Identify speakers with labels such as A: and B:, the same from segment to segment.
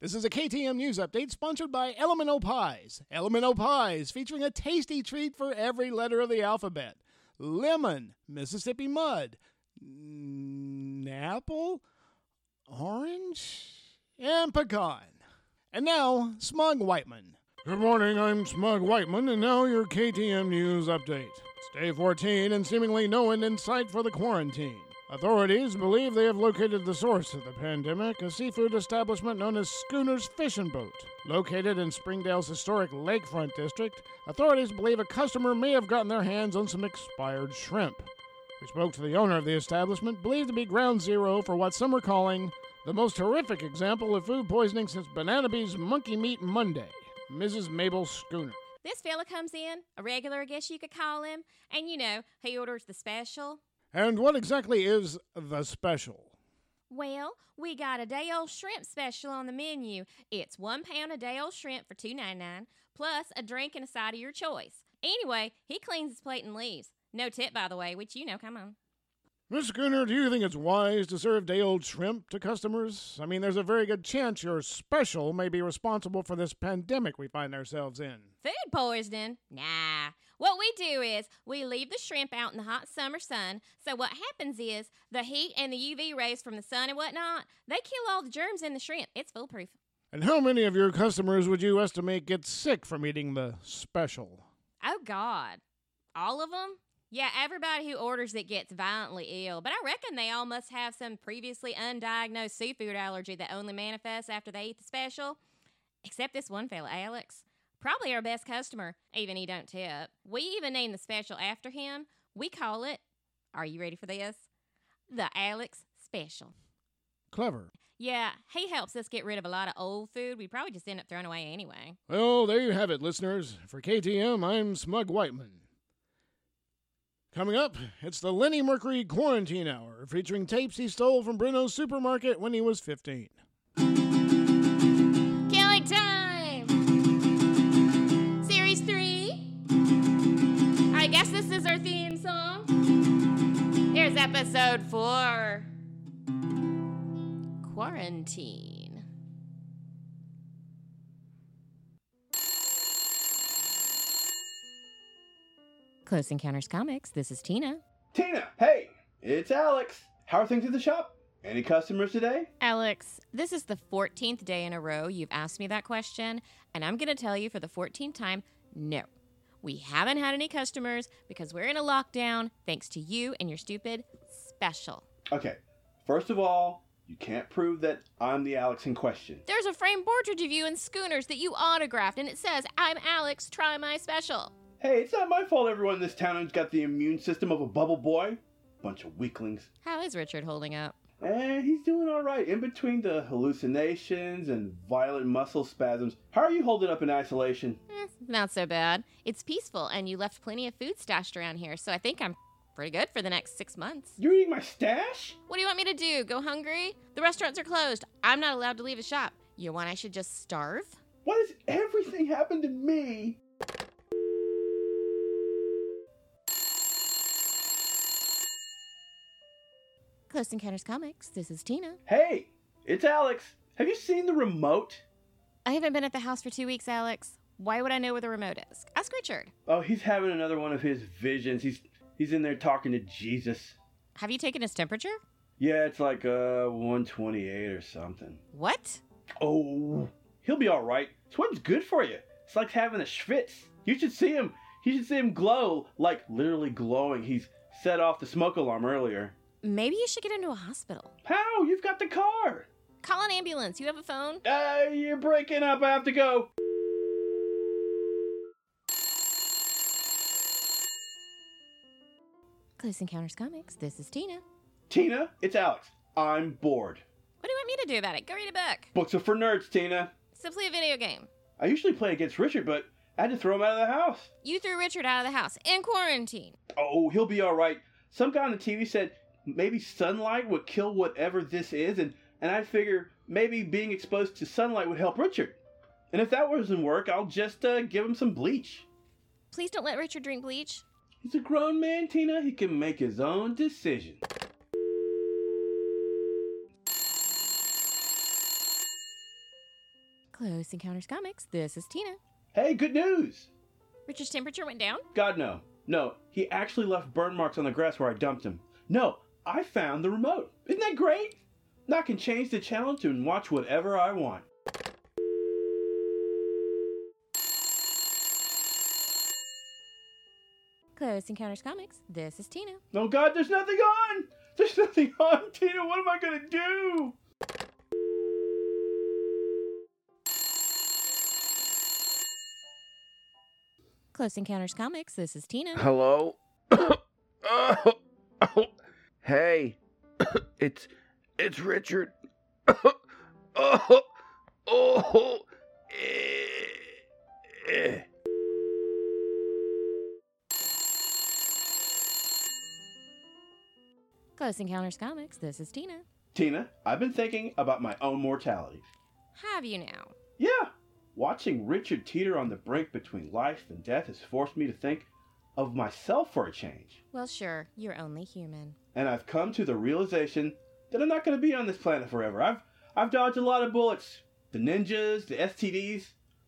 A: This is a KTM News Update sponsored by Elemento Pies. Elemento Pies featuring a tasty treat for every letter of the alphabet lemon, Mississippi mud, n- apple, orange, and pecan. And now, Smug Whiteman. Good morning, I'm Smug Whiteman, and now your KTM News Update. It's day 14 and seemingly no end in sight for the quarantine. Authorities believe they have located the source of the pandemic, a seafood establishment known as Schooner's Fishing Boat. Located in Springdale's historic lakefront district, authorities believe a customer may have gotten their hands on some expired shrimp. We spoke to the owner of the establishment, believed to be ground zero for what some are calling the most horrific example of food poisoning since Bananabee's Monkey Meat Monday, Mrs. Mabel Schooner.
B: This fella comes in, a regular, I guess you could call him, and you know, he orders the special.
A: And what exactly is the special?
B: Well, we got a day old shrimp special on the menu. It's one pound of day old shrimp for two ninety nine, plus a drink and a side of your choice. Anyway, he cleans his plate and leaves. No tip, by the way, which you know, come on.
A: Miss Schooner, do you think it's wise to serve day old shrimp to customers? I mean, there's a very good chance your special may be responsible for this pandemic we find ourselves in.
B: Food poisoning? Nah. What we do is we leave the shrimp out in the hot summer sun. So what happens is the heat and the UV rays from the sun and whatnot, they kill all the germs in the shrimp. It's foolproof.
A: And how many of your customers would you estimate get sick from eating the special?
B: Oh God. All of them? Yeah, everybody who orders it gets violently ill, but I reckon they all must have some previously undiagnosed seafood allergy that only manifests after they eat the special. Except this one fella, Alex. Probably our best customer, even he don't tip. We even named the special after him. We call it, are you ready for this? The Alex Special.
A: Clever.
B: Yeah, he helps us get rid of a lot of old food we probably just end up throwing away anyway.
A: Well, there you have it, listeners. For KTM, I'm Smug Whiteman. Coming up, it's the Lenny Mercury Quarantine Hour, featuring tapes he stole from Bruno's supermarket when he was 15.
B: Killing Time! Series 3. I guess this is our theme song. Here's episode 4 Quarantine. Close Encounters Comics, this is Tina.
C: Tina, hey, it's Alex. How are things at the shop? Any customers today?
B: Alex, this is the 14th day in a row you've asked me that question, and I'm going to tell you for the 14th time no. We haven't had any customers because we're in a lockdown thanks to you and your stupid special.
C: Okay, first of all, you can't prove that I'm the Alex in question.
B: There's a framed portrait of you in Schooners that you autographed, and it says, I'm Alex, try my special.
C: Hey, it's not my fault everyone in this town has got the immune system of a bubble boy. Bunch of weaklings.
B: How is Richard holding up?
C: Eh, he's doing alright in between the hallucinations and violent muscle spasms. How are you holding up in isolation?
B: Eh, not so bad. It's peaceful, and you left plenty of food stashed around here, so I think I'm pretty good for the next six months.
C: You're eating my stash?
B: What do you want me to do? Go hungry? The restaurants are closed. I'm not allowed to leave a shop. You want I should just starve?
C: Why does everything happen to me?
B: Close Encounters Comics, this is Tina.
C: Hey, it's Alex. Have you seen the remote?
B: I haven't been at the house for two weeks, Alex. Why would I know where the remote is? Ask Richard.
C: Oh, he's having another one of his visions. He's he's in there talking to Jesus.
B: Have you taken his temperature?
C: Yeah, it's like uh 128 or something.
B: What?
C: Oh, he'll be all right. Sweating's good for you. It's like having a schwitz. You should see him. You should see him glow, like literally glowing. He's set off the smoke alarm earlier.
B: Maybe you should get into a hospital.
C: How? You've got the car.
B: Call an ambulance. You have a phone?
C: Uh, you're breaking up. I have to go.
B: Close Encounters Comics, this is Tina.
C: Tina, it's Alex. I'm bored.
B: What do you want me to do about it? Go read a book.
C: Books are for nerds, Tina.
B: So play a video game.
C: I usually play against Richard, but I had to throw him out of the house.
B: You threw Richard out of the house in quarantine.
C: oh, he'll be all right. Some guy on the TV said maybe sunlight would kill whatever this is, and, and I figure maybe being exposed to sunlight would help Richard. And if that doesn't work, I'll just uh, give him some bleach.
B: Please don't let Richard drink bleach.
C: He's a grown man, Tina. He can make his own decision.
B: Close Encounters Comics. This is Tina.
C: Hey, good news!
B: Richard's temperature went down.
C: God, no. No, he actually left burn marks on the grass where I dumped him. No, I found the remote. Isn't that great? Now I can change the channel to and watch whatever I want.
B: Close Encounters Comics. This is Tina.
C: Oh God, there's nothing on! There's nothing on, Tina. What am I gonna do?
B: Close Encounters Comics. This is Tina.
D: Hello? oh, oh, hey, it's it's Richard. oh, oh, eh, eh.
B: Close Encounters Comics. This is Tina.
C: Tina, I've been thinking about my own mortality.
B: Have you now?
C: Yeah, watching Richard teeter on the brink between life and death has forced me to think of myself for a change.
B: Well, sure. You're only human.
C: And I've come to the realization that I'm not gonna be on this planet forever. I've I've dodged a lot of bullets. The ninjas, the STDs,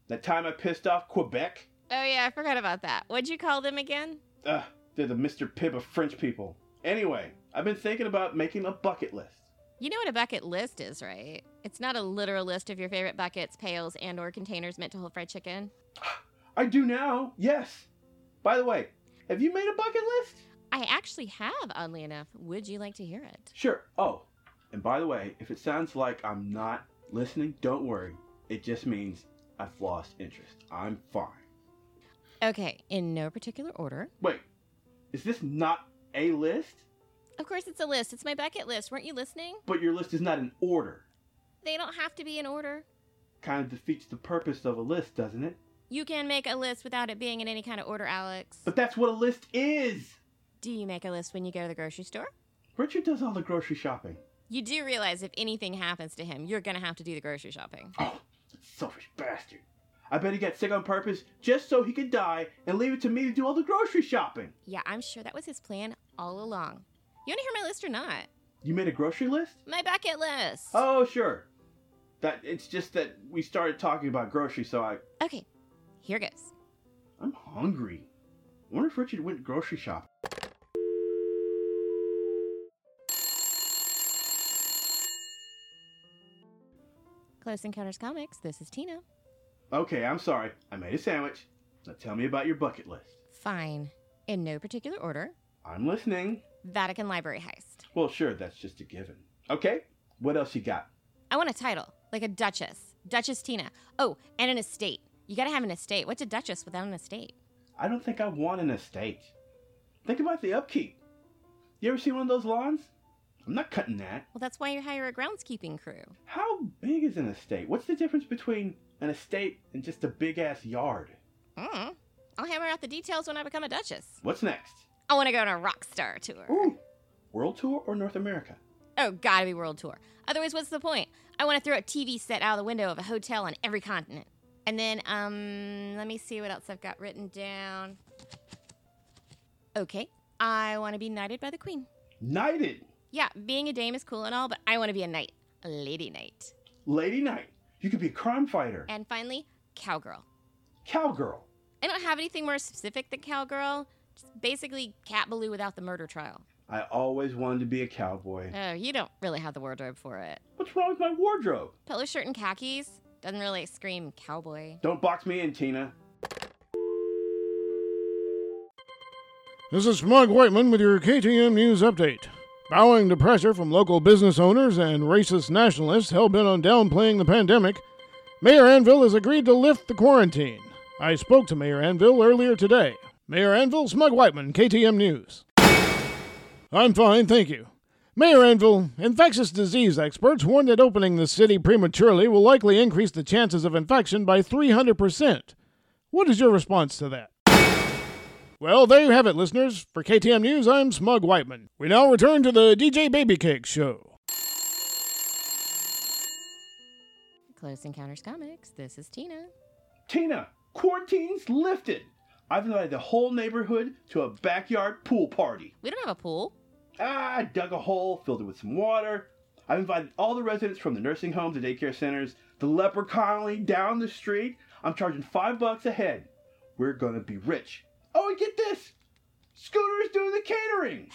C: that time I pissed off Quebec.
B: Oh yeah, I forgot about that. What'd you call them again?
C: Ugh, they're the Mr. Pibb of French people. Anyway, I've been thinking about making a bucket list.
B: You know what a bucket list is, right? It's not a literal list of your favorite buckets, pails, and/or containers meant to hold fried chicken.
C: I do now, yes. By the way, have you made a bucket list?
B: I actually have, oddly enough. Would you like to hear it?
C: Sure. Oh, and by the way, if it sounds like I'm not listening, don't worry. It just means I've lost interest. I'm fine.
B: Okay, in no particular order.
C: Wait, is this not a list?
B: Of course, it's a list. It's my bucket list. Weren't you listening?
C: But your list is not in order.
B: They don't have to be in order.
C: Kind of defeats the purpose of a list, doesn't it?
B: You can make a list without it being in any kind of order, Alex.
C: But that's what a list is!
B: Do you make a list when you go to the grocery store?
C: Richard does all the grocery shopping.
B: You do realize if anything happens to him, you're going to have to do the grocery shopping.
C: Oh, selfish bastard. I bet he got sick on purpose just so he could die and leave it to me to do all the grocery shopping.
B: Yeah, I'm sure that was his plan all along. You want to hear my list or not?
C: You made a grocery list?
B: My bucket list.
C: Oh, sure. That it's just that we started talking about groceries, so I
B: Okay, here goes.
C: I'm hungry. I wonder if Richard went grocery shopping.
B: Close Encounters Comics. This is Tina.
C: Okay, I'm sorry. I made a sandwich. Now tell me about your bucket list.
B: Fine. In no particular order.
C: I'm listening.
B: Vatican Library heist.
C: Well, sure, that's just a given. Okay, what else you got?
B: I want a title, like a duchess. Duchess Tina. Oh, and an estate. You gotta have an estate. What's a duchess without an estate?
C: I don't think I want an estate. Think about the upkeep. You ever see one of those lawns? I'm not cutting that.
B: Well, that's why you hire a groundskeeping crew.
C: How big is an estate? What's the difference between an estate and just a big ass yard?
B: Mm. I'll hammer out the details when I become a duchess.
C: What's next?
B: I want to go on a rock star tour.
C: Ooh, world tour or North America?
B: Oh, gotta be world tour. Otherwise, what's the point? I want to throw a TV set out of the window of a hotel on every continent. And then, um, let me see what else I've got written down. Okay, I want to be knighted by the queen.
C: Knighted,
B: Yeah, being a dame is cool and all, but I want to be a knight, a lady knight.
C: lady knight. You could be a crime fighter,
B: And finally, cowgirl.
C: cowgirl.
B: I don't have anything more specific than cowgirl. Just basically, Cat Baloo without the murder trial.
C: I always wanted to be a cowboy.
B: Oh, you don't really have the wardrobe for it.
C: What's wrong with my wardrobe?
B: Polo shirt and khakis doesn't really scream cowboy.
C: Don't box me in, Tina.
A: This is Mug Whiteman with your KTM News Update. Bowing to pressure from local business owners and racist nationalists hell bent on downplaying the pandemic, Mayor Anvil has agreed to lift the quarantine. I spoke to Mayor Anvil earlier today. Mayor Anvil, Smug Whiteman, KTM News. I'm fine, thank you. Mayor Anvil, infectious disease experts warn that opening the city prematurely will likely increase the chances of infection by 300%. What is your response to that? Well, there you have it, listeners. For KTM News, I'm Smug Whiteman. We now return to the DJ Baby Cake Show.
B: Close Encounters Comics, this is Tina.
C: Tina, quarantine's lifted. I've invited the whole neighborhood to a backyard pool party.
B: We don't have a pool.
C: Ah, I dug a hole, filled it with some water. I've invited all the residents from the nursing homes, the daycare centers, the leper colony down the street. I'm charging five bucks a head. We're gonna be rich. Oh, and get this Scooter is doing the catering.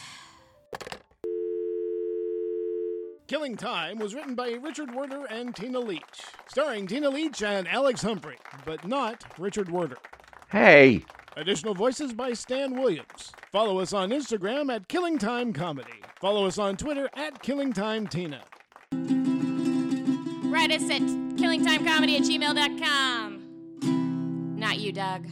A: Killing Time was written by Richard Werder and Tina Leach, starring Tina Leach and Alex Humphrey, but not Richard Werder.
D: Hey,
A: Additional voices by Stan Williams. Follow us on Instagram at Killing Time Comedy. Follow us on Twitter at Killing Time Tina.
B: Write us at killingtimecomedy at gmail.com. Not you, Doug.